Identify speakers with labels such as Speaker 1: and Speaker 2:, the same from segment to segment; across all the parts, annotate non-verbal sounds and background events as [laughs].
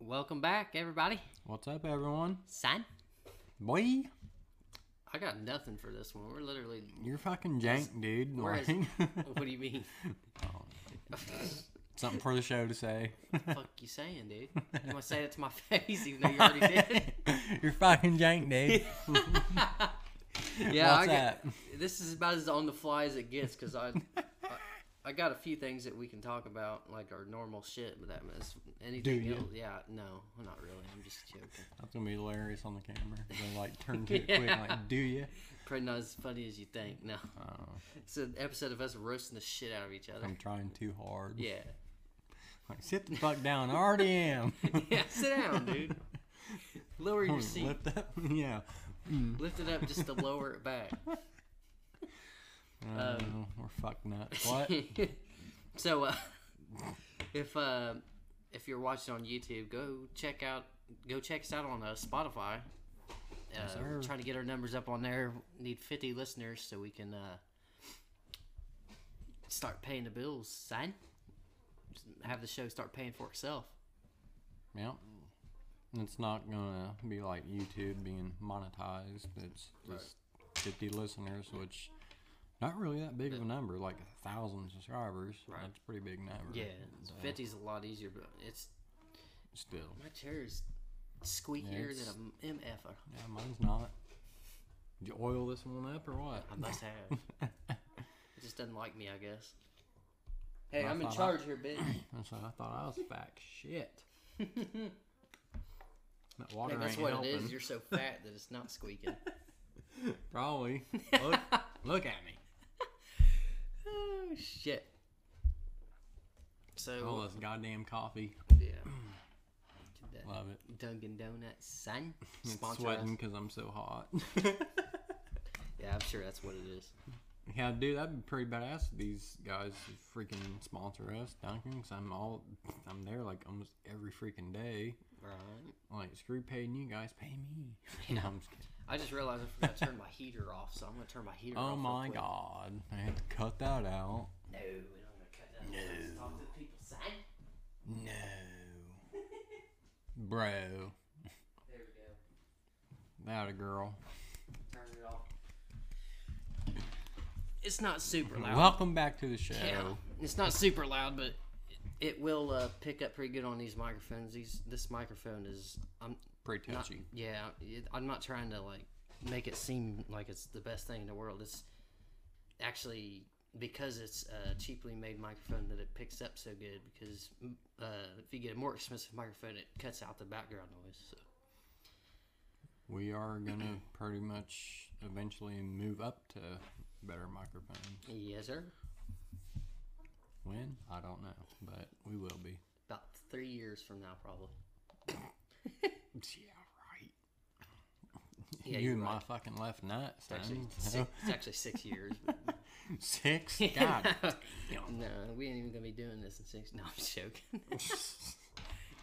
Speaker 1: Welcome back, everybody.
Speaker 2: What's up, everyone?
Speaker 1: Son,
Speaker 2: Boy,
Speaker 1: I got nothing for this one. We're literally.
Speaker 2: you're fucking jank, dude.
Speaker 1: Where is-
Speaker 2: Like,
Speaker 1: What do you [laughs] mean?
Speaker 2: [laughs] something for the show to say.
Speaker 1: Fuck you saying, dude? You want to say that to my face, even though you already did?
Speaker 2: you're fucking jank, dude.
Speaker 1: [laughs] Yeah,
Speaker 2: What's
Speaker 1: I got,
Speaker 2: that?
Speaker 1: this is about as on the fly as it gets because I, I, I got a few things that we can talk about like our normal shit, but that is anything
Speaker 2: Do you?
Speaker 1: else? Yeah, no, not really. I'm just joking.
Speaker 2: That's gonna be hilarious on the camera. They like turn to it quick.
Speaker 1: [laughs] Yeah.
Speaker 2: Like, do you?
Speaker 1: Probably not as funny as you think. No,
Speaker 2: Oh,
Speaker 1: it's an episode of us roasting the shit out of each
Speaker 2: [laughs]
Speaker 1: other.
Speaker 2: I'm trying too hard.
Speaker 1: Yeah, [laughs]
Speaker 2: Like, sit the fuck down. I already am.
Speaker 1: yeah. Sit down,
Speaker 2: [laughs]
Speaker 1: dude. Lower your seat.
Speaker 2: Lift up. [laughs] Yeah.
Speaker 1: Lift it up just to lower it back.
Speaker 2: Uh,
Speaker 1: Um,
Speaker 2: we're fuck nuts. [laughs] What?
Speaker 1: [laughs] so uh, if uh, if you're watching on YouTube, go check out go check us out on uh, Spotify. Uh,
Speaker 2: sir.
Speaker 1: we're trying to get our numbers up on there. Need 50 listeners so we can uh, start paying the bills. Sign. Just have the show start paying for itself.
Speaker 2: Yep. It's not gonna be like YouTube being monetized. It's
Speaker 1: Right.
Speaker 2: just 50 listeners, which not really that big of a number. Like a thousand subscribers.
Speaker 1: Right.
Speaker 2: That's a pretty big number.
Speaker 1: Yeah,
Speaker 2: So,
Speaker 1: 50 is a lot easier, but it's
Speaker 2: Still.
Speaker 1: my chair is squeakier
Speaker 2: It's-
Speaker 1: than a mf'er.
Speaker 2: Yeah, mine's not. Did you oil this one up or what?
Speaker 1: I
Speaker 2: [laughs]
Speaker 1: must have. it just doesn't like me, I guess. Hey,
Speaker 2: Well, I
Speaker 1: I'm in
Speaker 2: thought I-
Speaker 1: charge here, bitch.
Speaker 2: That's what I thought I was fat.
Speaker 1: [laughs]
Speaker 2: [laughs] Shit. that water
Speaker 1: Maybe that's
Speaker 2: ain't
Speaker 1: what
Speaker 2: helping.
Speaker 1: it is. You're so fat that it's not
Speaker 2: [laughs]
Speaker 1: squeaking. [laughs]
Speaker 2: Probably. Look, look at me.
Speaker 1: oh shit. So
Speaker 2: All this goddamn coffee.
Speaker 1: yeah. Get
Speaker 2: Love it.
Speaker 1: that Dunkin' Donuts, son.
Speaker 2: [laughs] It's
Speaker 1: Sponsor us.
Speaker 2: sweating because I'm so hot. [laughs]
Speaker 1: Yeah, I'm sure that's what it is.
Speaker 2: Yeah, dude, that'd be pretty badass. If these guys would freaking sponsor us, Duncan, 'cause I'm all, I'm there like almost every freaking day.
Speaker 1: Right.
Speaker 2: Like, screw paying you guys, pay me. [laughs] no, I'm just kidding.
Speaker 1: I just realized I forgot to turn my heater off, so I'm gonna turn my heater off.
Speaker 2: Oh
Speaker 1: real
Speaker 2: my
Speaker 1: quick.
Speaker 2: god, I had to cut that out.
Speaker 1: No, we're not gonna cut that. No. Let's talk to the people, son.
Speaker 2: No, bro,
Speaker 1: There we go.
Speaker 2: that a girl.
Speaker 1: Turn it off. It's not super loud.
Speaker 2: Welcome back to the show.
Speaker 1: Yeah, it's not super loud, but it, it will uh, pick up pretty good on these microphones. These this microphone is I'm
Speaker 2: Pretty
Speaker 1: not,
Speaker 2: touchy.
Speaker 1: yeah it, I'm not trying to like make it seem like it's the best thing in the world. It's actually because it's a cheaply made microphone that it picks up so good. Because mm, uh, if you get a more expensive microphone, it cuts out the background noise. So.
Speaker 2: We are gonna [clears throat] pretty much eventually move up to better microphones.
Speaker 1: Yes, sir.
Speaker 2: When? I don't know, but we will be.
Speaker 1: About three years from now, probably.
Speaker 2: Yeah, right.
Speaker 1: Yeah,
Speaker 2: you
Speaker 1: you're
Speaker 2: and my
Speaker 1: right.
Speaker 2: fucking left nut, son.
Speaker 1: Actually,
Speaker 2: So,
Speaker 1: six, it's actually six [laughs] years. but-
Speaker 2: [laughs]
Speaker 1: [laughs]
Speaker 2: six? God. damn.
Speaker 1: No, we ain't even gonna be doing this in six. No, I'm just [laughs] joking.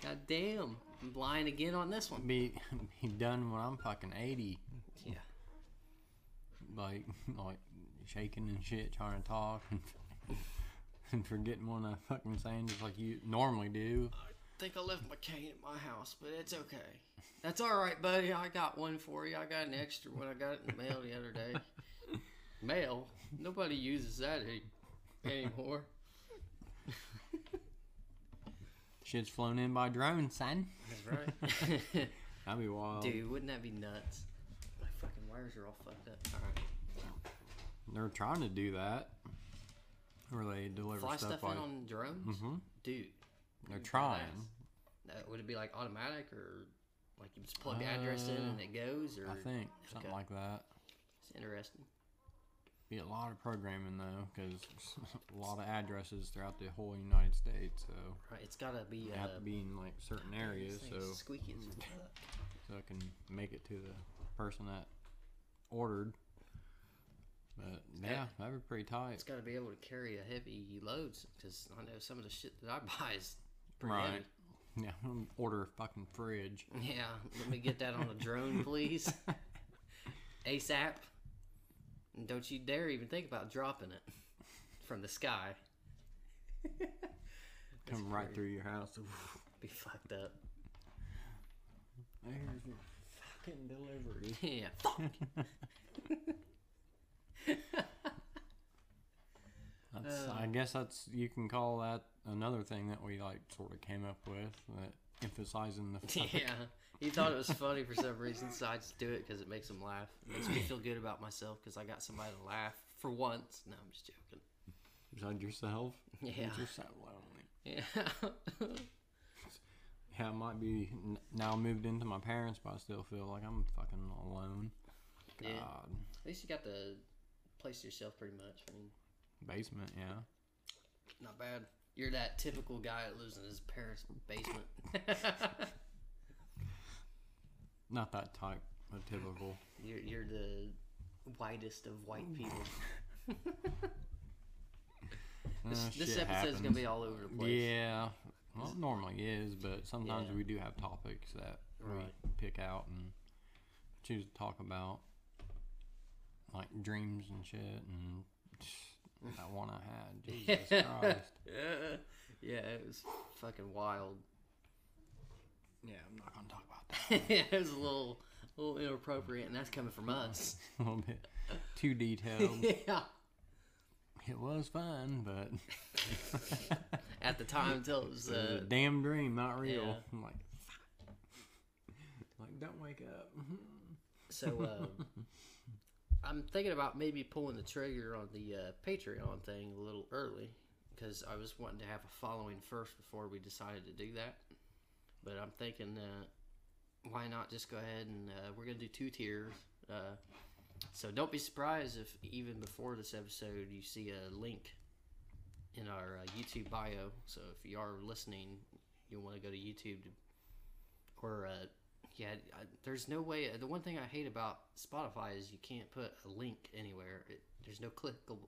Speaker 1: God damn, I'm lying again on this one.
Speaker 2: Be, be done when I'm fucking 80.
Speaker 1: Yeah,
Speaker 2: Like, like shaking and shit, trying to talk and, [laughs] and forgetting what I'm fucking saying, just like you normally do.
Speaker 1: I think I left my cane at my house, but it's okay. That's all right, buddy. I got one for you. I got an extra one. I got it in the mail the other day. [laughs] mail? Nobody uses that a- anymore.
Speaker 2: Shit's flown in by drone, son.
Speaker 1: That's right. Oh.
Speaker 2: That'd be
Speaker 1: [laughs]
Speaker 2: wild.
Speaker 1: Dude, wouldn't that be nuts? My fucking wires are all fucked up. All right.
Speaker 2: They're trying to do that. Where they deliver
Speaker 1: Fly
Speaker 2: stuff,
Speaker 1: stuff Mm-hmm.
Speaker 2: like
Speaker 1: in on drones?
Speaker 2: Mhm.
Speaker 1: Dude.
Speaker 2: They're
Speaker 1: badass.
Speaker 2: trying.
Speaker 1: That- would it be like automatic or like you just plug the address in and it goes? Or
Speaker 2: Uh, I think something
Speaker 1: Okay.
Speaker 2: like that.
Speaker 1: It's interesting.
Speaker 2: Be a lot of programming though, because [laughs] a lot of addresses throughout the whole United States. So
Speaker 1: Right, it's gotta be.
Speaker 2: you
Speaker 1: Uh,
Speaker 2: have to be in like certain
Speaker 1: this
Speaker 2: areas, so
Speaker 1: thing's squeaky as
Speaker 2: [laughs]
Speaker 1: fuck.
Speaker 2: so I can make it to the person that ordered. But yeah, that'd be pretty tight.
Speaker 1: It's gotta be able to carry a heavy loads because I know some of the shit that I buy is pretty
Speaker 2: Right. Yeah, order a fucking fridge.
Speaker 1: heavy. Yeah, let me get that on a
Speaker 2: [laughs]
Speaker 1: drone, please, ASAP. And don't you dare even think about dropping it from the sky.
Speaker 2: Come right through your house.
Speaker 1: Be fucked up. [laughs]
Speaker 2: There's your fucking delivery.
Speaker 1: yeah. Fuck.
Speaker 2: That's, I guess that's you can call that another thing that we like sort of came up with that emphasizing [laughs] the fact.
Speaker 1: yeah. He thought it was funny for some reason, so I just do it because it makes him laugh. It makes me feel good about myself because I got somebody to laugh for once. No, I'm just joking.
Speaker 2: Beside yourself,
Speaker 1: Yeah.
Speaker 2: you're so lonely.
Speaker 1: [laughs] Yeah. [laughs]
Speaker 2: Yeah, I might be n- now moved into my parents, but I still feel like I'm fucking alone. God,
Speaker 1: Yeah. At least you got the place to yourself pretty much. I mean,
Speaker 2: basement, yeah.
Speaker 1: not bad. You're that typical guy that lives in his parents' basement.
Speaker 2: Not that type of typical.
Speaker 1: you're, you're the whitest of white people. [laughs] This,
Speaker 2: Uh,
Speaker 1: this
Speaker 2: shit
Speaker 1: episode's going to
Speaker 2: happens.
Speaker 1: be all over the place.
Speaker 2: Yeah. Well, it normally is, but sometimes
Speaker 1: Yeah.
Speaker 2: we do have topics that
Speaker 1: Right.
Speaker 2: we pick out and choose to talk about, like dreams and shit,
Speaker 1: [laughs]
Speaker 2: and that one I had. Jesus Christ.
Speaker 1: Yeah. [laughs] yeah, it was fucking wild. [laughs]
Speaker 2: Yeah, I'm not gonna talk [laughs] about that.
Speaker 1: it was a little, a little inappropriate, and that's coming from us.
Speaker 2: a little bit too detailed.
Speaker 1: [laughs] yeah.
Speaker 2: it was fun,
Speaker 1: [laughs]
Speaker 2: but [laughs]
Speaker 1: At the time, until it was.
Speaker 2: it was
Speaker 1: Uh,
Speaker 2: a damn dream, not real.
Speaker 1: yeah.
Speaker 2: I'm like, fuck. like don't wake up. Mm-hmm.
Speaker 1: So um, I'm thinking about maybe pulling the trigger on the uh, Patreon thing a little early because I was wanting to have a following first before we decided to do that. But I'm thinking, uh, why not just go ahead and uh, we're gonna do two tiers. Uh, so don't be surprised if even before this episode you see a link in our uh, YouTube bio. So if you are listening, you'll want to go to YouTube to, or uh, yeah, I, there's no way. The one thing I hate about Spotify is you can't put a link anywhere. It, there's no clickable.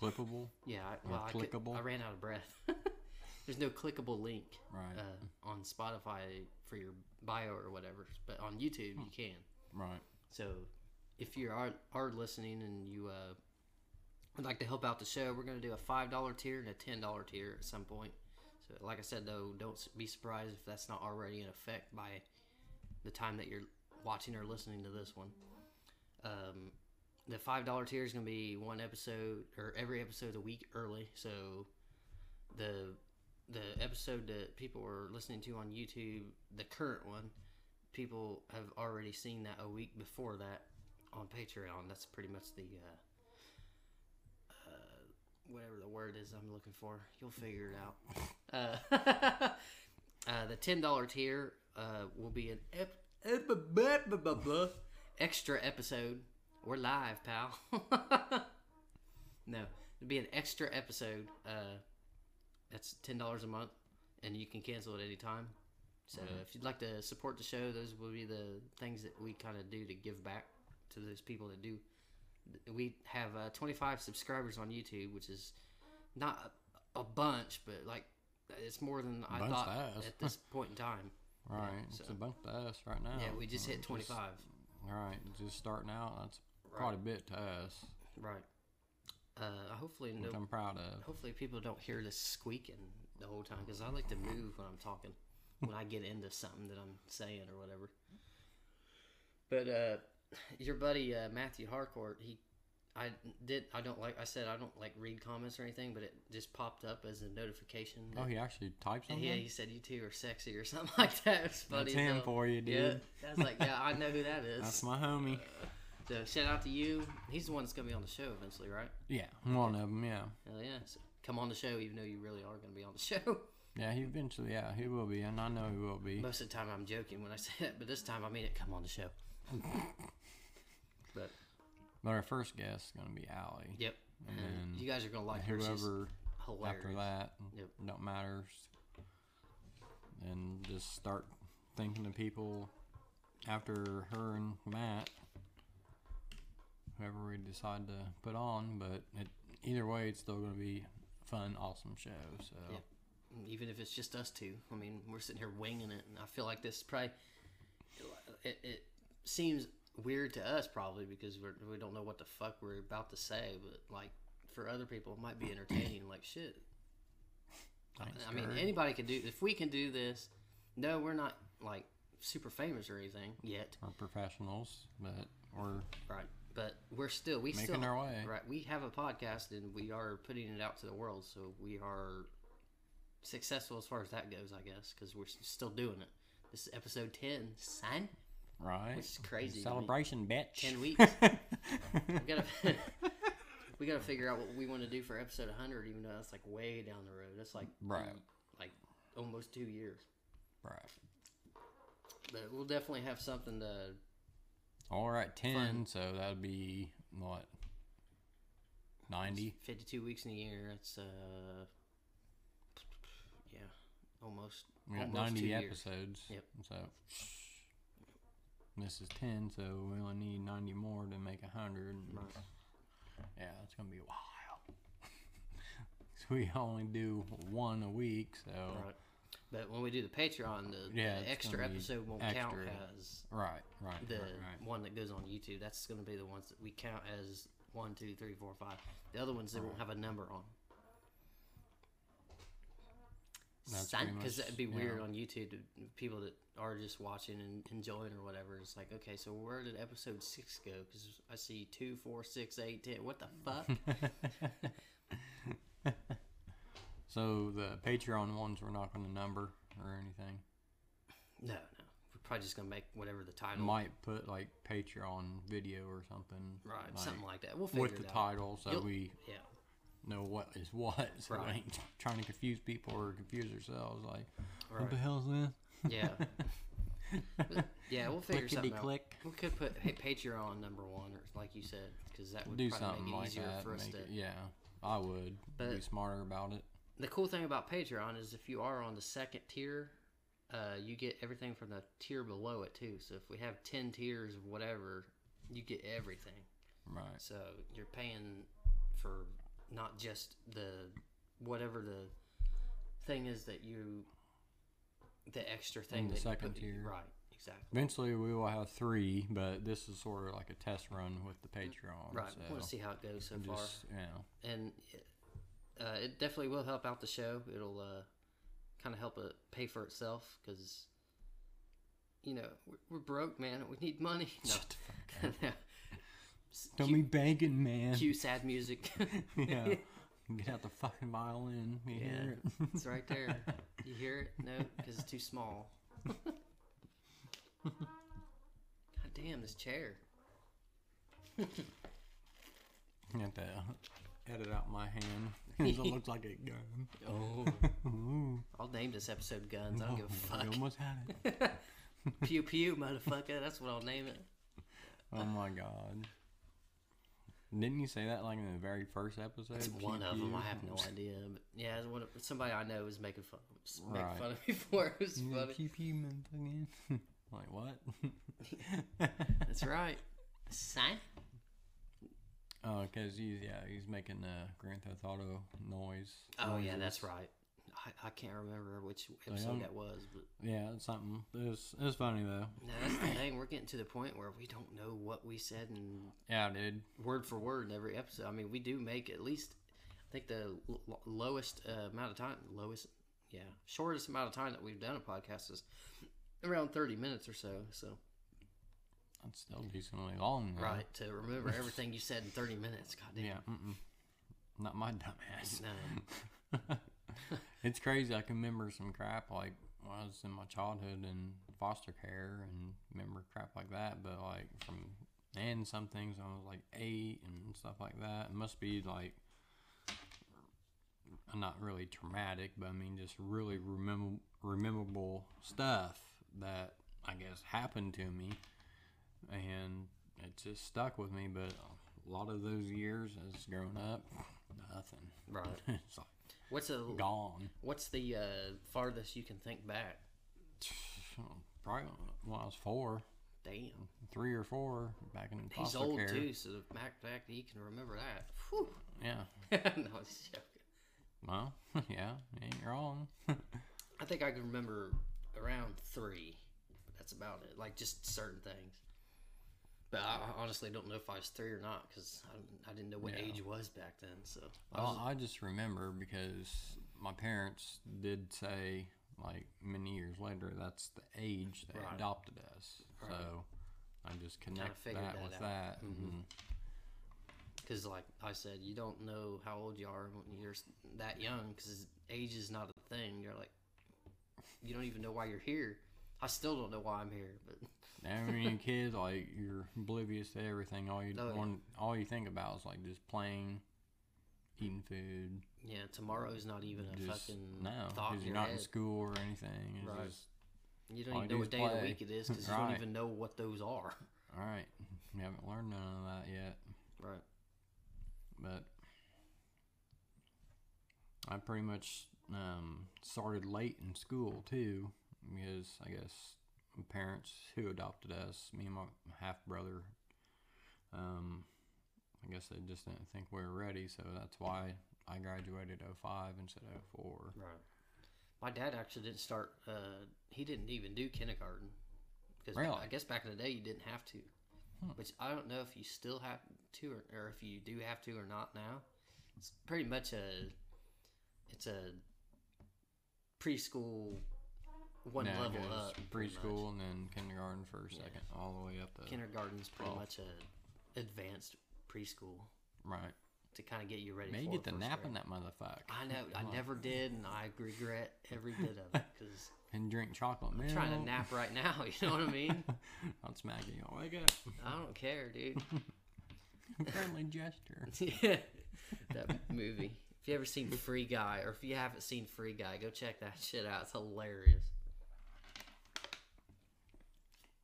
Speaker 2: Clippable,
Speaker 1: Yeah, I, well, I, could-
Speaker 2: clickable.
Speaker 1: I ran out of breath. [laughs] there's no clickable link
Speaker 2: right?
Speaker 1: uh, on Spotify for your bio or whatever, but on YouTube you
Speaker 2: Hmm.
Speaker 1: can.
Speaker 2: right.
Speaker 1: So if you are are listening and you uh, would like to help out the show, we're going to do a five dollar tier and a ten dollar tier at some point. So like I said though, don't s- be surprised if that's not already in effect by the time that you're watching or listening to this one. Um, the five dollar tier is going to be one episode or every episode a week early. So the the episode that people are listening to on YouTube, the current one, people have already seen that a week before that on Patreon. That's pretty much the uh, uh, whatever the word is I'm looking for. You'll figure it out. Uh, uh, the ten dollar tier uh, will be an ep- ep- blah, blah, blah, blah, extra episode. We're live, pal. no, it'll be an extra episode. Uh, that's ten dollars a month, and you can cancel at any time. So if you'd like to support the show, those will be the things that we kind of do to give back to those people that do. We have uh, 25 subscribers on YouTube, which is not a, a bunch, but like it's more than I
Speaker 2: Bunch
Speaker 1: thought
Speaker 2: fast.
Speaker 1: at this point in time.
Speaker 2: Right, it's a bunch to us right now.
Speaker 1: Yeah, we just
Speaker 2: Uh,
Speaker 1: hit 25.
Speaker 2: Right, just starting out. That's
Speaker 1: Right.
Speaker 2: quite a bit to us,
Speaker 1: Right. Uh, hopefully,
Speaker 2: which
Speaker 1: no,
Speaker 2: I'm proud of.
Speaker 1: hopefully people don't hear this squeaking the whole time because I like to move when I'm talking, when I get into something that I'm saying or whatever. But uh, your buddy uh, Matthew Harcourt, he, I did, I don't like, I said I don't like read comments or anything, but it just popped up as a notification.
Speaker 2: Oh, he actually typed
Speaker 1: And
Speaker 2: something.
Speaker 1: yeah, he said you two are sexy or [laughs] something like that. It's funny.
Speaker 2: That's
Speaker 1: as
Speaker 2: him
Speaker 1: hell.
Speaker 2: for you, dude.
Speaker 1: Yeah, Uh, I was like, yeah, I know who
Speaker 2: [laughs]
Speaker 1: that is.
Speaker 2: That's my homie.
Speaker 1: so shout out to you. He's the one that's gonna be on the show eventually, right?
Speaker 2: Yeah, one of them. Yeah,
Speaker 1: Hell yeah! So come on the show, even though you really are gonna be on the [laughs] show.
Speaker 2: yeah. He eventually, yeah, he will be, and I know he will be.
Speaker 1: Most of the time I'm joking when I say that, but this time I mean it. Come on the show.
Speaker 2: [laughs]
Speaker 1: but
Speaker 2: But our first guest is gonna be Allie.
Speaker 1: yep,
Speaker 2: And
Speaker 1: And
Speaker 2: then
Speaker 1: you guys are gonna like her. She's
Speaker 2: Whoever
Speaker 1: hilarious.
Speaker 2: after that,
Speaker 1: Yep.
Speaker 2: don't matter. And just start thinking of people after her and Matt, whoever we decide to put on. But it, either way, it's still gonna be fun, awesome show. So
Speaker 1: Yep. Even if it's just us two, I mean, we're sitting here winging it, and I feel like this is probably it, it seems weird to us probably because we're, we don't know what the fuck we're about to say, but like for other people, it might be entertaining. like shit,
Speaker 2: thanks,
Speaker 1: I mean,
Speaker 2: Kurt.
Speaker 1: anybody can do. If we can do this, no, we're not like super famous or anything yet,
Speaker 2: We're professionals, but we're
Speaker 1: right? But we're still we
Speaker 2: making
Speaker 1: still
Speaker 2: our way.
Speaker 1: right. We have a podcast and we are putting it out to the world, so we are successful as far as that goes, I guess, because we're s- still doing it. This is episode ten, son.
Speaker 2: Right.
Speaker 1: Which is crazy to me.
Speaker 2: Celebration, bitch.
Speaker 1: 10 weeks. We gotta [laughs] we gotta figure out what we want to do for episode 100, even though that's like way down the road. That's like
Speaker 2: Right.
Speaker 1: like almost two years.
Speaker 2: [laughs] right.
Speaker 1: But we'll definitely have something to
Speaker 2: All right, 10, so that would be what? 90?
Speaker 1: 52 weeks in a year. That's uh, yeah, almost.
Speaker 2: We got
Speaker 1: almost
Speaker 2: 90
Speaker 1: two years.
Speaker 2: episodes.
Speaker 1: Yep.
Speaker 2: So this is 10, so we only need 90 more to make 100.
Speaker 1: Right.
Speaker 2: Yeah, it's going to be a while. [laughs] so we only do one a week, so.
Speaker 1: Right. But when we do the Patreon, the,
Speaker 2: Yeah,
Speaker 1: the
Speaker 2: it's
Speaker 1: extra
Speaker 2: gonna be
Speaker 1: episode won't count
Speaker 2: extra.
Speaker 1: as
Speaker 2: Right, right, right,
Speaker 1: the
Speaker 2: right.
Speaker 1: one that goes on YouTube. That's going to be the ones that we count as one, two, three, four, five. The other ones they won't have a number on.
Speaker 2: That's pretty
Speaker 1: Because
Speaker 2: much-
Speaker 1: that'd be
Speaker 2: yeah.
Speaker 1: weird on YouTube. To people that are just watching and enjoying or whatever. It's like, okay, so where did episode six go? Because I see two, four, six, eight, ten. What the
Speaker 2: [laughs]
Speaker 1: fuck?
Speaker 2: So the Patreon ones we're not going to number or anything.
Speaker 1: no, no. We're probably just gonna make whatever the title.
Speaker 2: Might put like Patreon video or something.
Speaker 1: right,
Speaker 2: like,
Speaker 1: something like that. We'll figure
Speaker 2: with the
Speaker 1: it out.
Speaker 2: title so
Speaker 1: You'll-
Speaker 2: we
Speaker 1: Yeah.
Speaker 2: know what is what. [laughs] So we
Speaker 1: Right.
Speaker 2: ain't trying to confuse people or confuse ourselves. Like,
Speaker 1: Right.
Speaker 2: what the hell is
Speaker 1: Yeah.
Speaker 2: [laughs]
Speaker 1: yeah, we'll
Speaker 2: this?
Speaker 1: figure
Speaker 2: Clickety
Speaker 1: something out.
Speaker 2: click.
Speaker 1: We could put hey, Patreon number one, or like you said, because that would
Speaker 2: Do
Speaker 1: probably
Speaker 2: something
Speaker 1: make it
Speaker 2: like
Speaker 1: easier
Speaker 2: that.
Speaker 1: for us
Speaker 2: make
Speaker 1: to.
Speaker 2: it- e-, yeah, I would
Speaker 1: But-
Speaker 2: be smarter about it.
Speaker 1: The cool thing about Patreon is if you are on the second tier, uh, you get everything from the tier below it too. So if we have ten tiers of whatever, you get everything.
Speaker 2: Right.
Speaker 1: So you're paying for not just the whatever the thing is that you, the extra thing
Speaker 2: the
Speaker 1: that you
Speaker 2: second
Speaker 1: put-
Speaker 2: tier.
Speaker 1: right? Exactly.
Speaker 2: Eventually we will have three, but this is sort of like a test run with the Patreon.
Speaker 1: Mm, Right.
Speaker 2: So
Speaker 1: I want to see how it goes so far.
Speaker 2: just you know,
Speaker 1: and uh, it definitely will help out the show. It'll uh, kind of help it pay for itself because you know we're, we're broke, man. We need money. No. [laughs]
Speaker 2: [laughs] [laughs] Shut the fuck up.
Speaker 1: No.
Speaker 2: Don't
Speaker 1: Cue-
Speaker 2: be banking, man.
Speaker 1: cue sad music.
Speaker 2: [laughs] yeah.
Speaker 1: [laughs]
Speaker 2: Get out the fucking violin. You hear it?
Speaker 1: it's right there.
Speaker 2: [laughs]
Speaker 1: You hear it? No, because it's too small. God damn this chair.
Speaker 2: You have to edit out my
Speaker 1: [laughs]
Speaker 2: hand. 'cause it looks like a gun.
Speaker 1: Oh,
Speaker 2: Ooh,
Speaker 1: [laughs] I'll name this episode "Guns." I
Speaker 2: [laughs]
Speaker 1: don't give a
Speaker 2: I
Speaker 1: fuck.
Speaker 2: almost had it.
Speaker 1: Pew pew, motherfucker. That's what I'll name it.
Speaker 2: Oh my god. Didn't you say that like in the very first episode?
Speaker 1: It's
Speaker 2: Pew
Speaker 1: one of them. I
Speaker 2: pew.
Speaker 1: have no idea. But yeah, it's one of, somebody I know was making fun, was making
Speaker 2: Right.
Speaker 1: fun of me [laughs] for it. It was
Speaker 2: You know,
Speaker 1: funny.
Speaker 2: pew pew, motherfucking. [laughs] like what?
Speaker 1: That's right. Sign.
Speaker 2: Oh, because he's yeah he's making uh, Grand Theft Auto noise.
Speaker 1: Oh yeah,
Speaker 2: noises.
Speaker 1: that's right. I, I can't remember which episode
Speaker 2: I'm-
Speaker 1: that was, but
Speaker 2: yeah it's something. It's it's funny though.
Speaker 1: no, that's the thing. We're getting to the point where we don't know what we said and
Speaker 2: Yeah, dude.
Speaker 1: word for word in every episode. I mean, we do make at least I think the l- l- lowest uh, amount of time, lowest, yeah, shortest amount of time that we've done a podcast is around thirty minutes or so. So.
Speaker 2: That's still decently long. though.
Speaker 1: Right, to remember everything you said in 30 minutes. God damn.
Speaker 2: Yeah. Mm-mm. Not my [laughs] dumbass.
Speaker 1: No.
Speaker 2: [laughs] it's crazy. I can remember some crap like when I was in my childhood in foster care and remember crap like that, but like from and some things when I was like eight and stuff like that. It must be like uh, not really traumatic, but I mean just really remember rememberable stuff that I guess happened to me, and it just stuck with me. But a lot of those years as growing up, nothing. [laughs]
Speaker 1: Right.
Speaker 2: it's like
Speaker 1: What's the
Speaker 2: gone.
Speaker 1: what's the uh, farthest you can think back?
Speaker 2: Probably when I was four,
Speaker 1: Damn,
Speaker 2: three or four, back in
Speaker 1: he's
Speaker 2: foster
Speaker 1: old
Speaker 2: care.
Speaker 1: too, so the fact fact that he can remember that. Whew. [laughs]
Speaker 2: Yeah.
Speaker 1: no, I'm just joking.
Speaker 2: Well, [laughs] yeah, you ain't wrong.
Speaker 1: I think I can remember around three. But that's about it. Like just certain things. But I I honestly don't know if I was three or not because I, don't- I didn't know what
Speaker 2: Yeah. Oh,
Speaker 1: age was back then. So I was-
Speaker 2: Well, I just remember because my parents did say like many years later, that's the age they
Speaker 1: Right.
Speaker 2: adopted us.
Speaker 1: Right.
Speaker 2: So I just connect
Speaker 1: figured
Speaker 2: that
Speaker 1: that
Speaker 2: with
Speaker 1: out. Mm-hmm.
Speaker 2: that. Mm-hmm. and
Speaker 1: Because, like I said, you don't know how old you are when you're s- that young because age is not a thing. You're like, you don't even know why you're here. I still don't know why I'm here, but
Speaker 2: I mean, kids like you're oblivious to everything. All you
Speaker 1: Oh, yeah.
Speaker 2: want, all you think about is like just playing, eating food.
Speaker 1: yeah, tomorrow's not even a
Speaker 2: just
Speaker 1: fucking
Speaker 2: no,
Speaker 1: thought in
Speaker 2: you're
Speaker 1: your
Speaker 2: not
Speaker 1: head.
Speaker 2: in school or anything. It's
Speaker 1: Right.
Speaker 2: just
Speaker 1: You
Speaker 2: all
Speaker 1: don't
Speaker 2: you
Speaker 1: even
Speaker 2: do
Speaker 1: know
Speaker 2: is
Speaker 1: what day of
Speaker 2: play.
Speaker 1: the week it is because you
Speaker 2: Right.
Speaker 1: don't even know what those are.
Speaker 2: all right. [laughs] You haven't learned none of that yet.
Speaker 1: Right.
Speaker 2: but I pretty much um, started late in school too because I guess my parents who adopted us, me and my half brother, um, I guess they just didn't think we were ready, so that's why I graduated 05 instead of 04.
Speaker 1: Right. My dad actually didn't start. Uh, he didn't even do kindergarten because
Speaker 2: Really? Hmm.
Speaker 1: I guess back in the day you didn't have to. Which I don't know if you still have to, or, or if you do have to or not now. It's pretty much a, it's a preschool, one
Speaker 2: Now it
Speaker 1: level
Speaker 2: goes
Speaker 1: up. pretty much.
Speaker 2: preschool, and then kindergarten for a second, all the way up to
Speaker 1: Kindergarten's pretty
Speaker 2: Well.
Speaker 1: much a advanced preschool
Speaker 2: right.
Speaker 1: to kind of get you ready.
Speaker 2: Maybe
Speaker 1: for
Speaker 2: get the
Speaker 1: first
Speaker 2: nap in
Speaker 1: grade.
Speaker 2: that motherfucker.
Speaker 1: I know. I never did, and I regret every bit of it because.
Speaker 2: and drink chocolate milk.
Speaker 1: trying to nap Oh, right now. [laughs] You know what I
Speaker 2: [laughs]
Speaker 1: mean?
Speaker 2: I'll smack you. Wake up.
Speaker 1: I don't care, dude.
Speaker 2: [laughs]
Speaker 1: [laughs]
Speaker 2: Friendly gesture.
Speaker 1: that movie. If you ever seen Free Guy, or if you haven't seen Free Guy, go check that shit out. It's hilarious.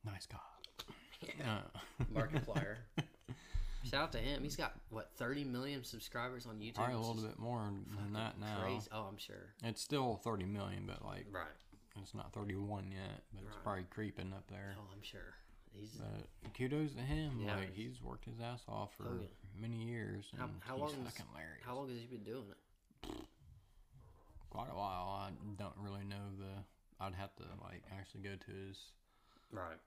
Speaker 2: Nice cop. Uh, [laughs]
Speaker 1: Markiplier. Shout out to him. He's got what thirty million subscribers on YouTube.
Speaker 2: probably a
Speaker 1: It's
Speaker 2: little
Speaker 1: just
Speaker 2: bit more than that now.
Speaker 1: crazy. Oh, I'm sure.
Speaker 2: It's still 30 million, but like
Speaker 1: Right.
Speaker 2: it's not 31 yet, but it's
Speaker 1: Right.
Speaker 2: probably creeping up there.
Speaker 1: Oh, I'm sure. He's
Speaker 2: But kudos to him.
Speaker 1: Yeah.
Speaker 2: Like he's worked his ass off for
Speaker 1: Oh, yeah.
Speaker 2: many years. And
Speaker 1: How- how
Speaker 2: he's
Speaker 1: long is-
Speaker 2: fucking hilarious.
Speaker 1: how long has he been doing it?
Speaker 2: Quite a while. I don't really know the. I'd have to like actually go to his
Speaker 1: Right.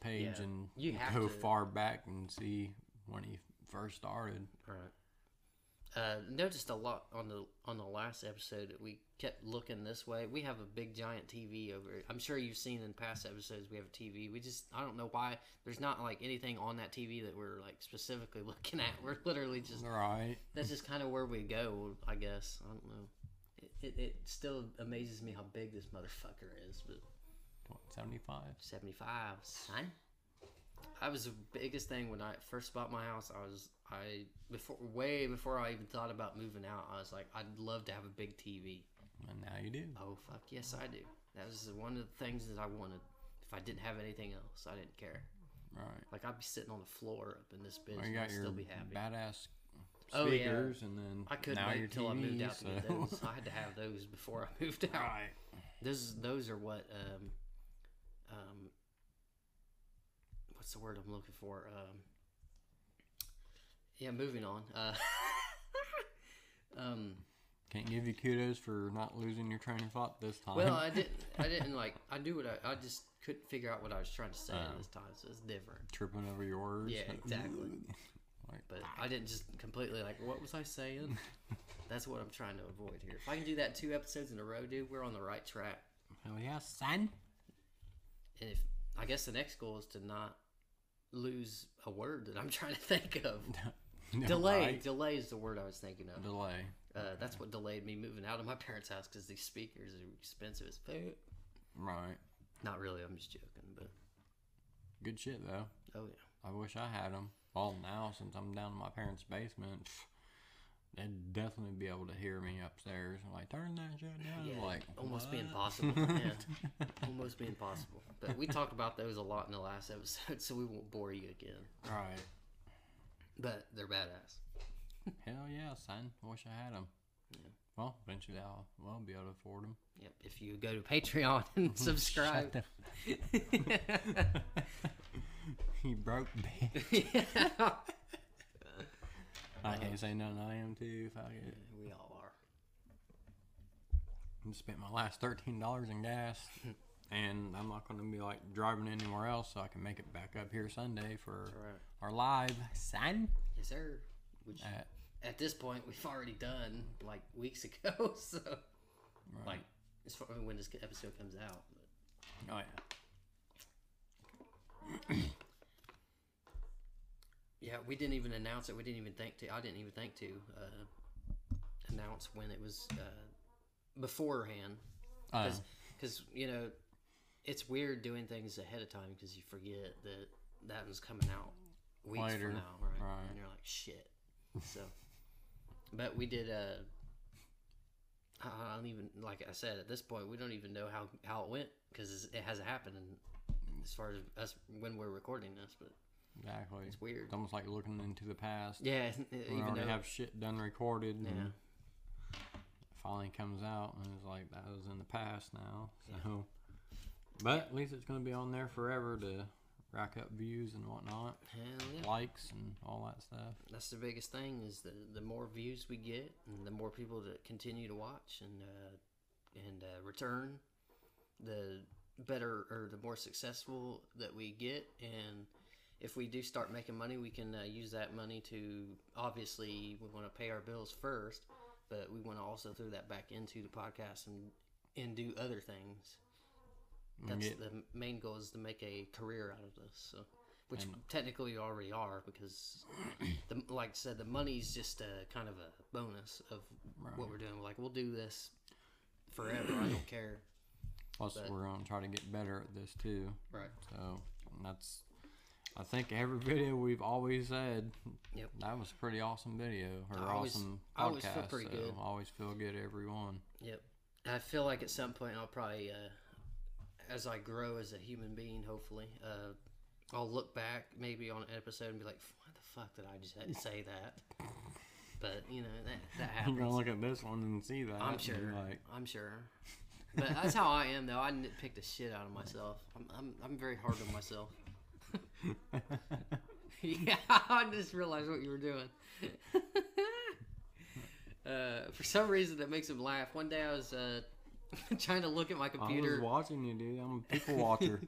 Speaker 2: page
Speaker 1: Yeah.
Speaker 2: and
Speaker 1: You have
Speaker 2: go
Speaker 1: to.
Speaker 2: far back and see when he first started.
Speaker 1: All right. Uh, noticed a lot on the on the last episode that we kept looking this way. We have a big giant TV over. I'm sure you've seen in past episodes we have a TV. We just I don't know why there's not like anything on that TV that we're like specifically [laughs] looking at. We're literally just
Speaker 2: All right.
Speaker 1: that's just kind of where we go. I guess I don't know. It, it, it still amazes me how big this motherfucker is, but
Speaker 2: What, 75?
Speaker 1: 75 son i was the biggest thing when i first bought my house i was i before way before i even thought about moving out i was like i'd love to have a big tv
Speaker 2: And now you do.
Speaker 1: oh fuck yes i do that was one of the things that i wanted if i didn't have anything else i didn't care
Speaker 2: Right.
Speaker 1: like i'd be sitting on the floor up in this bitch
Speaker 2: Well, you
Speaker 1: and
Speaker 2: got
Speaker 1: i'd
Speaker 2: your
Speaker 1: still be happy
Speaker 2: badass
Speaker 1: Oh, yeah.
Speaker 2: speakers, and then
Speaker 1: i couldn't
Speaker 2: now
Speaker 1: wait
Speaker 2: your
Speaker 1: until i
Speaker 2: TV,
Speaker 1: moved out
Speaker 2: so.
Speaker 1: to get
Speaker 2: [laughs]
Speaker 1: those i had to have those before i [laughs] moved out
Speaker 2: right.
Speaker 1: Those those are what um um what's the word I'm looking for? Um Yeah, moving on. Uh [laughs] Um
Speaker 2: Can't give you kudos for not losing your train of thought this time.
Speaker 1: well, I didn't I didn't like I knew what I I just couldn't figure out what I was trying to say this time, so it's different.
Speaker 2: [laughs] tripping over your words.
Speaker 1: Yeah, exactly. But I didn't just completely like what was I saying? That's what I'm trying to avoid here. If I can do that two episodes in a row, dude, we're on the right track.
Speaker 2: Hell yeah, son. [laughs]
Speaker 1: And if I guess the next goal is to not lose a word that I'm [laughs] trying to think of.
Speaker 2: Yeah,
Speaker 1: delay,
Speaker 2: right? Mm-hmm.
Speaker 1: delay is the word I was thinking of.
Speaker 2: Delay.
Speaker 1: Uh, that's what delayed me moving out of my [laughs] parents' house because these speakers are expensive as fuck.
Speaker 2: Right.
Speaker 1: Not really, I'm just joking, but
Speaker 2: Good shit though.
Speaker 1: oh yeah,
Speaker 2: I wish I had them. Well, now since I'm down in my parents' basement, pff, they'd definitely be able to hear me upstairs. I'm like, turn that shit down.
Speaker 1: yeah,
Speaker 2: Like,
Speaker 1: almost be
Speaker 2: what? [laughs]
Speaker 1: impossible. yeah, almost be impossible. But we talked about those a lot in the last episode, [laughs] so we won't bore you again. [laughs]
Speaker 2: Right.
Speaker 1: But they're badass.
Speaker 2: Hell yeah, son. Wish I had them. Well, eventually I'll well be able to afford them.
Speaker 1: Yep, if you go to Patreon [laughs] and subscribe.
Speaker 2: [laughs] he broke
Speaker 1: [laughs]
Speaker 2: me.
Speaker 1: [laughs] yeah,
Speaker 2: [laughs] I can't say nothing. I am too. Fuck it.
Speaker 1: we all are.
Speaker 2: I spent my last thirteen dollars in gas,
Speaker 1: [laughs]
Speaker 2: and I'm not going to be like driving anywhere else, so I can make it back up here Sunday for
Speaker 1: All right.
Speaker 2: our live son.
Speaker 1: Yes, sir. Which
Speaker 2: At,
Speaker 1: [laughs] at this point we've already done like weeks ago, [laughs] so
Speaker 2: right.
Speaker 1: like as far when this episode comes out. But
Speaker 2: Oh yeah.
Speaker 1: yeah, we didn't even announce it. We didn't even think to. I didn't even think to uh, announce when it was uh, beforehand
Speaker 2: Uh,
Speaker 1: because you know it's weird doing things ahead of time because you forget that that one's coming out weeks
Speaker 2: Later.
Speaker 1: from now, right?
Speaker 2: Right.
Speaker 1: And you're like, shit. So, but we did. Uh, I I don't even like I said at this point we don't even know how how it went because it hasn't happened and as far as us when we're recording this, but
Speaker 2: exactly.
Speaker 1: it's weird.
Speaker 2: It's almost like looking into the past.
Speaker 1: Yeah, [laughs]
Speaker 2: we
Speaker 1: even
Speaker 2: already
Speaker 1: though
Speaker 2: have shit done recorded.
Speaker 1: Yeah.
Speaker 2: And finally comes out and it's like that was in the past now. So, but at least it's gonna be on there forever to rack up views and whatnot,
Speaker 1: hell yeah.
Speaker 2: likes and all that stuff.
Speaker 1: that's the biggest thing is the the more views we get and the more people that continue to watch and uh, and uh, return the better or the more successful that we get and if we do start making money we can uh, use that money to obviously we want to pay our bills first but we want to also throw that back into the podcast and and do other things
Speaker 2: And
Speaker 1: that's
Speaker 2: get-
Speaker 1: the main goal is to make a career out of this. So, which technically you already are because, the, like I said, the money's just a kind of a bonus of what we're doing. Like we'll do this forever. I
Speaker 2: [clears throat]
Speaker 1: don't care.
Speaker 2: plus, we're gonna try to get better at this too.
Speaker 1: Right.
Speaker 2: So and that's, I think every [laughs] video we've always said,
Speaker 1: Yep.
Speaker 2: that was a pretty awesome video or
Speaker 1: I always-
Speaker 2: awesome podcast.
Speaker 1: I always feel pretty
Speaker 2: so
Speaker 1: good.
Speaker 2: I always feel good every one.
Speaker 1: Yep. I feel like at some point I'll probably, uh, as I grow as a human being, hopefully, uh, I'll look back maybe on an episode and be like, "Why the fuck did I just say that?" But you know that that happens.
Speaker 2: [laughs] You're gonna look at this one and see that.
Speaker 1: I'm
Speaker 2: and
Speaker 1: sure.
Speaker 2: you're Like
Speaker 1: I'm
Speaker 2: [laughs]
Speaker 1: sure. But that's how I am, though. I nitpick the shit out of myself. I'm, I'm, I'm very hard on myself. [laughs]
Speaker 2: [laughs]
Speaker 1: yeah, I just realized what you were doing. [laughs] uh, for some reason, that makes him laugh. One day, I was uh, [laughs] trying to look at my
Speaker 2: I was
Speaker 1: computer.
Speaker 2: watching you, dude. I'm a
Speaker 1: [laughs]
Speaker 2: people watcher.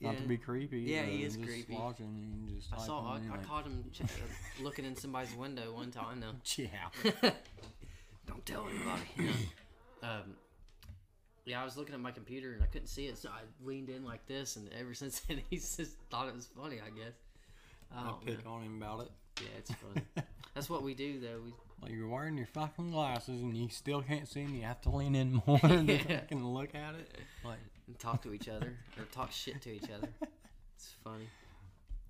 Speaker 2: Not to
Speaker 1: Yeah.
Speaker 2: be creepy.
Speaker 1: Yeah,
Speaker 2: but
Speaker 1: he
Speaker 2: I'm
Speaker 1: is
Speaker 2: just
Speaker 1: creepy.
Speaker 2: Watching you and just
Speaker 1: I saw. I,
Speaker 2: typing in,
Speaker 1: I
Speaker 2: like,
Speaker 1: caught him ch- uh, looking in somebody's window one time, though.
Speaker 2: [laughs]
Speaker 1: [laughs]
Speaker 2: Yeah.
Speaker 1: Don't tell anybody. [clears throat] No. um, yeah, I was looking at my computer and I couldn't see it, so I leaned in like this, and ever [laughs] since then he's just thought it was funny. I guess. I
Speaker 2: I
Speaker 1: don't know.
Speaker 2: pick on him about it.
Speaker 1: Yeah, it's funny. That's what we do, though. We
Speaker 2: Like you're wearing your fucking glasses and you still can't see, and you have to lean in more [laughs] to
Speaker 1: Yeah.
Speaker 2: fucking look at it. Like,
Speaker 1: talk to each other or talk shit to each other. It's funny,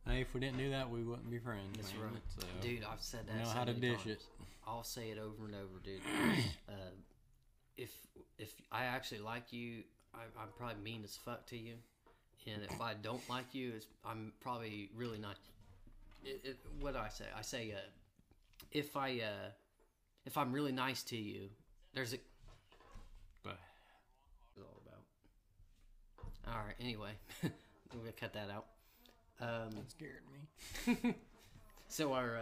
Speaker 2: hey, if we didn't do that, we wouldn't be friends.
Speaker 1: That's
Speaker 2: man.
Speaker 1: right.
Speaker 2: So,
Speaker 1: dude. I've said that.
Speaker 2: know
Speaker 1: so
Speaker 2: how to
Speaker 1: many
Speaker 2: dish
Speaker 1: times.
Speaker 2: it.
Speaker 1: I'll say it over and over,
Speaker 2: [clears throat]
Speaker 1: dude. uh, if if I actually like you, I, I'm probably mean as fuck to you, and if I don't like you, it's, I'm probably really not. It, it, what do I say? I say uh, if I uh, if I'm really nice to you, there's a
Speaker 2: But
Speaker 1: is all about. All right. Anyway, [laughs] we're gonna cut that out. Um,
Speaker 2: it scared me.
Speaker 1: so our uh,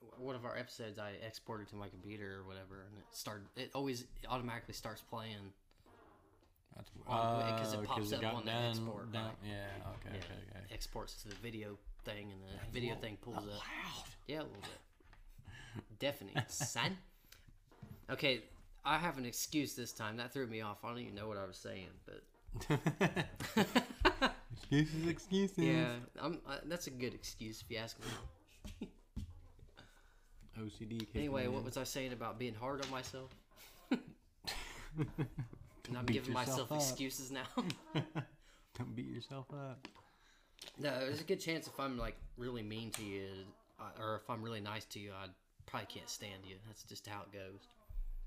Speaker 1: w- one of our episodes I exported to my computer or whatever, and it started. It always automatically starts playing.
Speaker 2: That's
Speaker 1: On-
Speaker 2: oh,
Speaker 1: 'cause it pops up
Speaker 2: got
Speaker 1: on the
Speaker 2: done,
Speaker 1: export,
Speaker 2: done-
Speaker 1: right.
Speaker 2: Yeah. Okay.
Speaker 1: Yeah.
Speaker 2: Okay. Okay.
Speaker 1: Exports to the video thing, and the video thing pulls up. Yeah, a little bit.
Speaker 2: [laughs]
Speaker 1: Deafening, son. Okay, I have an excuse this time. That threw me off. I don't even know what I was saying, but
Speaker 2: excuses, excuses.
Speaker 1: yeah, I'm, I, that's a good excuse if you ask me.
Speaker 2: OCD. kicking
Speaker 1: Anyway,
Speaker 2: in.
Speaker 1: what was I saying about being hard on myself?
Speaker 2: [laughs]
Speaker 1: and I'm
Speaker 2: Beat
Speaker 1: giving myself
Speaker 2: yourself up.
Speaker 1: excuses now.
Speaker 2: Don't beat yourself up.
Speaker 1: no, there's a good chance if I'm like really mean to you, I- or if I'm really nice to you, I probably can't stand you. That's just how it goes. [laughs]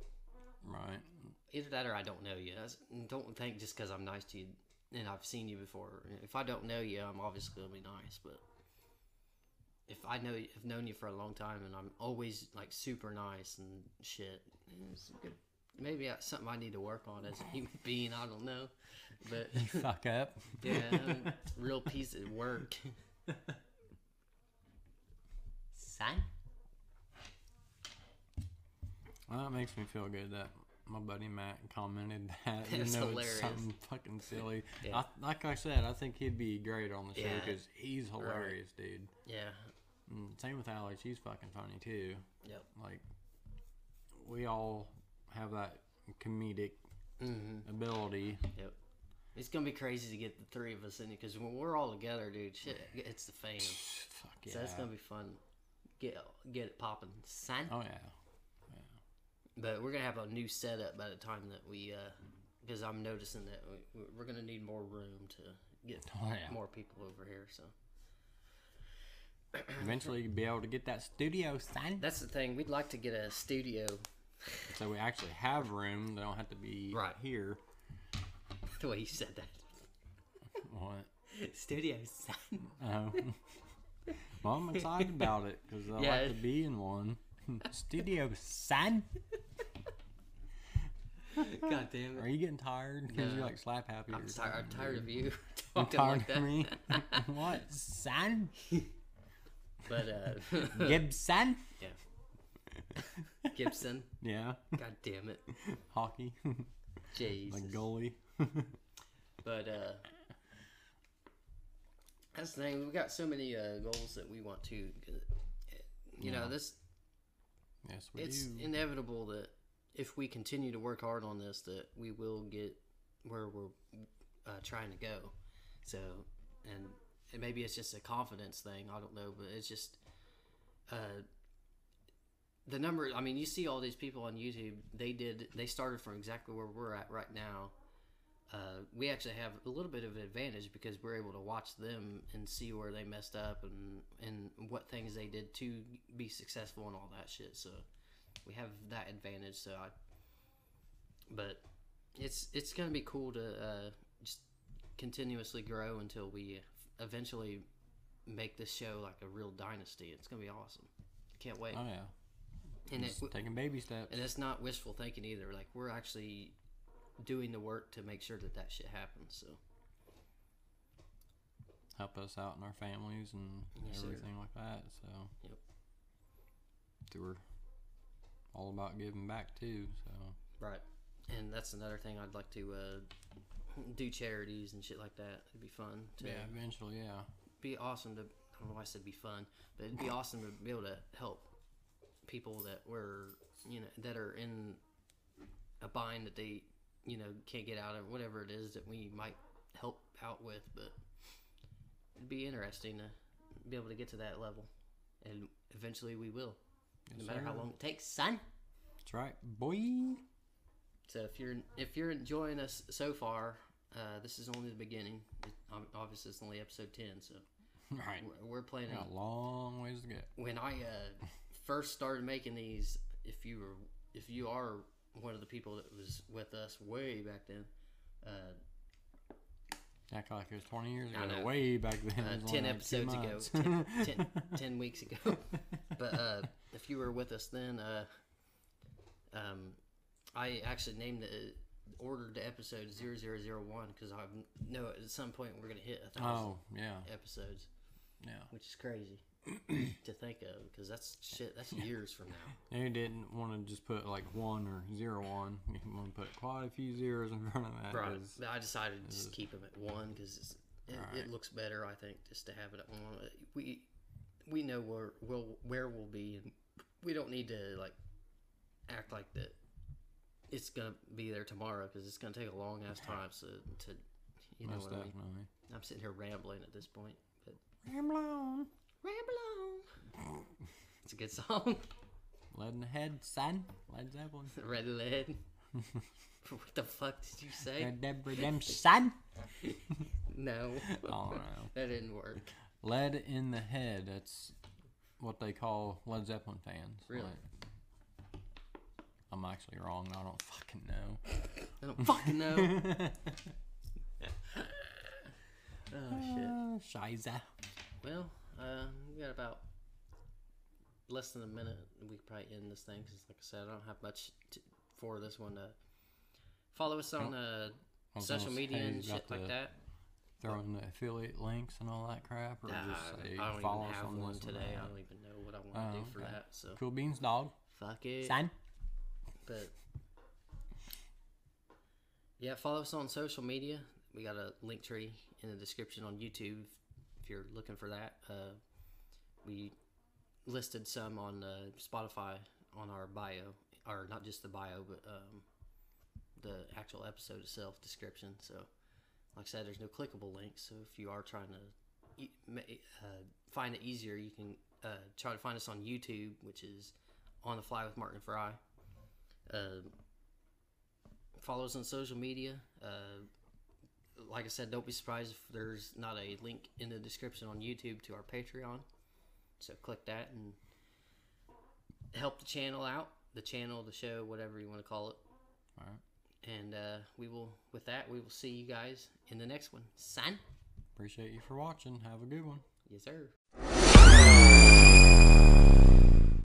Speaker 2: Right.
Speaker 1: Either that or I don't know you. That's, don't think just because I'm nice to you and I've seen you before. If I don't know you, I'm obviously gonna be nice, but. If I know have known you for a long time and I'm always like super nice and shit, it's a good. Maybe that's something I need to work on as a human being. I don't know, but [laughs]
Speaker 2: You fuck up.
Speaker 1: yeah, real piece of work. Son.
Speaker 2: Well, that makes me feel good that my buddy Matt commented
Speaker 1: [laughs]
Speaker 2: that. You
Speaker 1: That's
Speaker 2: know,
Speaker 1: hilarious.
Speaker 2: it's something fucking silly.
Speaker 1: Yeah.
Speaker 2: I, like I said, I think he'd be great on the show
Speaker 1: Yeah.
Speaker 2: because he's hilarious, dude.
Speaker 1: Yeah.
Speaker 2: And same with Alex. He's fucking funny too.
Speaker 1: Yep.
Speaker 2: Like, we all have that comedic
Speaker 1: Mm-hmm.
Speaker 2: ability.
Speaker 1: Yep. It's gonna be crazy to get the three of us in it because when we're all together, dude, shit, it's the fan.
Speaker 2: Fuck yeah.
Speaker 1: So that's gonna be fun. Get get it popping, son.
Speaker 2: oh yeah.
Speaker 1: But we're gonna have a new setup by the time that we, uh, because I'm noticing that we, we're gonna need more room to get
Speaker 2: Oh yeah.
Speaker 1: more people over here. So
Speaker 2: Eventually,
Speaker 1: [laughs]
Speaker 2: you'll be able to get that studio son.
Speaker 1: that's the thing. We'd like to get a studio [laughs]
Speaker 2: So we actually have room. They don't have to be
Speaker 1: Right.
Speaker 2: here.
Speaker 1: the way you said that.
Speaker 2: What?
Speaker 1: Studio son.
Speaker 2: Oh. [laughs] well, I'm excited about it because I
Speaker 1: Yeah.
Speaker 2: like to be in one. [laughs] studio son.
Speaker 1: God damn
Speaker 2: Are
Speaker 1: it.
Speaker 2: you getting tired? Because
Speaker 1: No.
Speaker 2: you're like slap happy.
Speaker 1: I'm
Speaker 2: or
Speaker 1: tired. I'm
Speaker 2: something.
Speaker 1: tired of you [laughs]
Speaker 2: You
Speaker 1: talking
Speaker 2: tired
Speaker 1: like that. [laughs]
Speaker 2: of me? [laughs] what son?
Speaker 1: But uh, [laughs]
Speaker 2: Gibson?
Speaker 1: Gibson.
Speaker 2: Yeah.
Speaker 1: God damn it.
Speaker 2: Hockey. [laughs]
Speaker 1: Jesus.
Speaker 2: like goalie.
Speaker 1: But uh, that's the thing. We've got so many uh, goals that we want to. uh, You know,
Speaker 2: Yeah.
Speaker 1: this
Speaker 2: Yes, we
Speaker 1: it's
Speaker 2: do.
Speaker 1: inevitable that if we continue to work hard on this, that we will get where we're uh, trying to go. So, and, and maybe it's just a confidence thing. I don't know, but it's just uh, the number. I mean, you see all these people on YouTube. They did. They started from exactly where we're at right now. Uh, we actually have a little bit of an advantage because we're able to watch them and see where they messed up and and what things they did to be successful and all that shit. So we have that advantage. So I, but it's it's gonna be cool to uh, just continuously grow until we eventually make this show like a real dynasty. It's gonna be awesome. Can't wait.
Speaker 2: Oh yeah.
Speaker 1: and it,
Speaker 2: Just taking baby steps.
Speaker 1: and it's not wishful thinking either. Like we're actually doing the work to make sure that that shit happens. So
Speaker 2: help us out in our families and
Speaker 1: Yes, sir.
Speaker 2: everything like that. So,
Speaker 1: Yep.
Speaker 2: So we're all about giving back too. So
Speaker 1: right, and that's another thing I'd like to uh, do charities and shit like that. It'd be fun. To,
Speaker 2: yeah, eventually, yeah,
Speaker 1: be awesome to. I don't know why I said be fun, but
Speaker 2: [laughs]
Speaker 1: it'd be awesome to be able to help people that were you know that are in a bind that they you know can't get out of whatever it is that we might help out with. But it'd be interesting to be able to get to that level, and eventually we will, no
Speaker 2: Yes,
Speaker 1: matter how
Speaker 2: sir.
Speaker 1: long it takes, son.
Speaker 2: that's right, boy. [laughs]
Speaker 1: So if you're if you're enjoying us so far, uh, this is only the beginning. It, ob- obviously, it's only episode ten, so
Speaker 2: Right,
Speaker 1: we're- we're planning
Speaker 2: got a long ways to go.
Speaker 1: when I uh, first started making these, if you were, if you are one of the people that was with us way back then, uh,
Speaker 2: Act like it was twenty years
Speaker 1: I
Speaker 2: ago,
Speaker 1: know.
Speaker 2: way back then.
Speaker 1: uh,
Speaker 2: it was only
Speaker 1: ten
Speaker 2: like two
Speaker 1: episodes ago,
Speaker 2: months.
Speaker 1: 10,
Speaker 2: [laughs]
Speaker 1: 10 10 weeks ago, but uh, if you were with us then, uh, um, I actually named the ordered the episode 0001 because I know at some point we're gonna hit a thousand
Speaker 2: oh yeah,
Speaker 1: episodes,
Speaker 2: yeah.
Speaker 1: which is [clears throat] crazy to think of because that's shit. That's years from now.
Speaker 2: You didn't want to just put like one or zero on. You want to put quite a few zeros in front of that.
Speaker 1: Right.
Speaker 2: 'cause-
Speaker 1: But I decided to just keep them at one because it,
Speaker 2: Alright.
Speaker 1: it looks better, I think, just to have it at one. Uh, We we know where we'll, where we'll be, and we don't need to like act like that. It's gonna be there tomorrow because it's gonna take a long ass time. So to you know
Speaker 2: Most
Speaker 1: what I mean.
Speaker 2: definitely.
Speaker 1: I'm sitting here rambling at this point, but
Speaker 2: Ramble on.
Speaker 1: ramble on. [laughs] It's a good song. [laughs]
Speaker 2: Lead in the head, son. Led Zeppelin.
Speaker 1: Red lead. [laughs] what the fuck did you say?
Speaker 2: Red Dead Redemption.
Speaker 1: No,
Speaker 2: [laughs] Oh, no.
Speaker 1: that didn't work.
Speaker 2: Lead in the head. That's what they call Led Zeppelin fans.
Speaker 1: Really?
Speaker 2: Like, I'm actually wrong. I don't fucking know.
Speaker 1: I
Speaker 2: [laughs]
Speaker 1: don't fucking know. oh shit.
Speaker 2: Uh, Shiza.
Speaker 1: Well, uh, we got about less than a minute. and We could probably end this thing because, like I said, I don't have much to, for this one. To follow us on uh,
Speaker 2: Oh. I was
Speaker 1: social
Speaker 2: gonna
Speaker 1: media
Speaker 2: say,
Speaker 1: and
Speaker 2: you got
Speaker 1: shit like
Speaker 2: the-
Speaker 1: that.
Speaker 2: Throw in the affiliate links and all that crap, or
Speaker 1: Nah,
Speaker 2: just say
Speaker 1: I don't
Speaker 2: uh, follow
Speaker 1: even
Speaker 2: us
Speaker 1: have
Speaker 2: on
Speaker 1: one
Speaker 2: this and
Speaker 1: today. I
Speaker 2: that.
Speaker 1: don't even know what I want to
Speaker 2: Oh,
Speaker 1: do for
Speaker 2: okay.
Speaker 1: that. So
Speaker 2: Cool beans, dog.
Speaker 1: fuck it.
Speaker 2: Son.
Speaker 1: But yeah, follow us on social media. We got a link tree in the description on YouTube if you're looking for that. Uh, we listed some on uh, Spotify on our bio, or not just the bio, but um, the actual episode itself description. So, like I said, there's no clickable links. So if you are trying to e- ma- uh, find it easier, you can uh, try to find us on YouTube, which is on the fly with Martin Fry. Uh, follow us on social media. Uh, like I said, don't be surprised if there's not a link in the description on YouTube to our Patreon. So click that and help the channel out, the channel, the show, whatever you want to call it.
Speaker 2: All right.
Speaker 1: And uh, we will, with that, we will see you guys in the next one. Son?
Speaker 2: Appreciate you for watching. Have a good one.
Speaker 1: Yes, sir.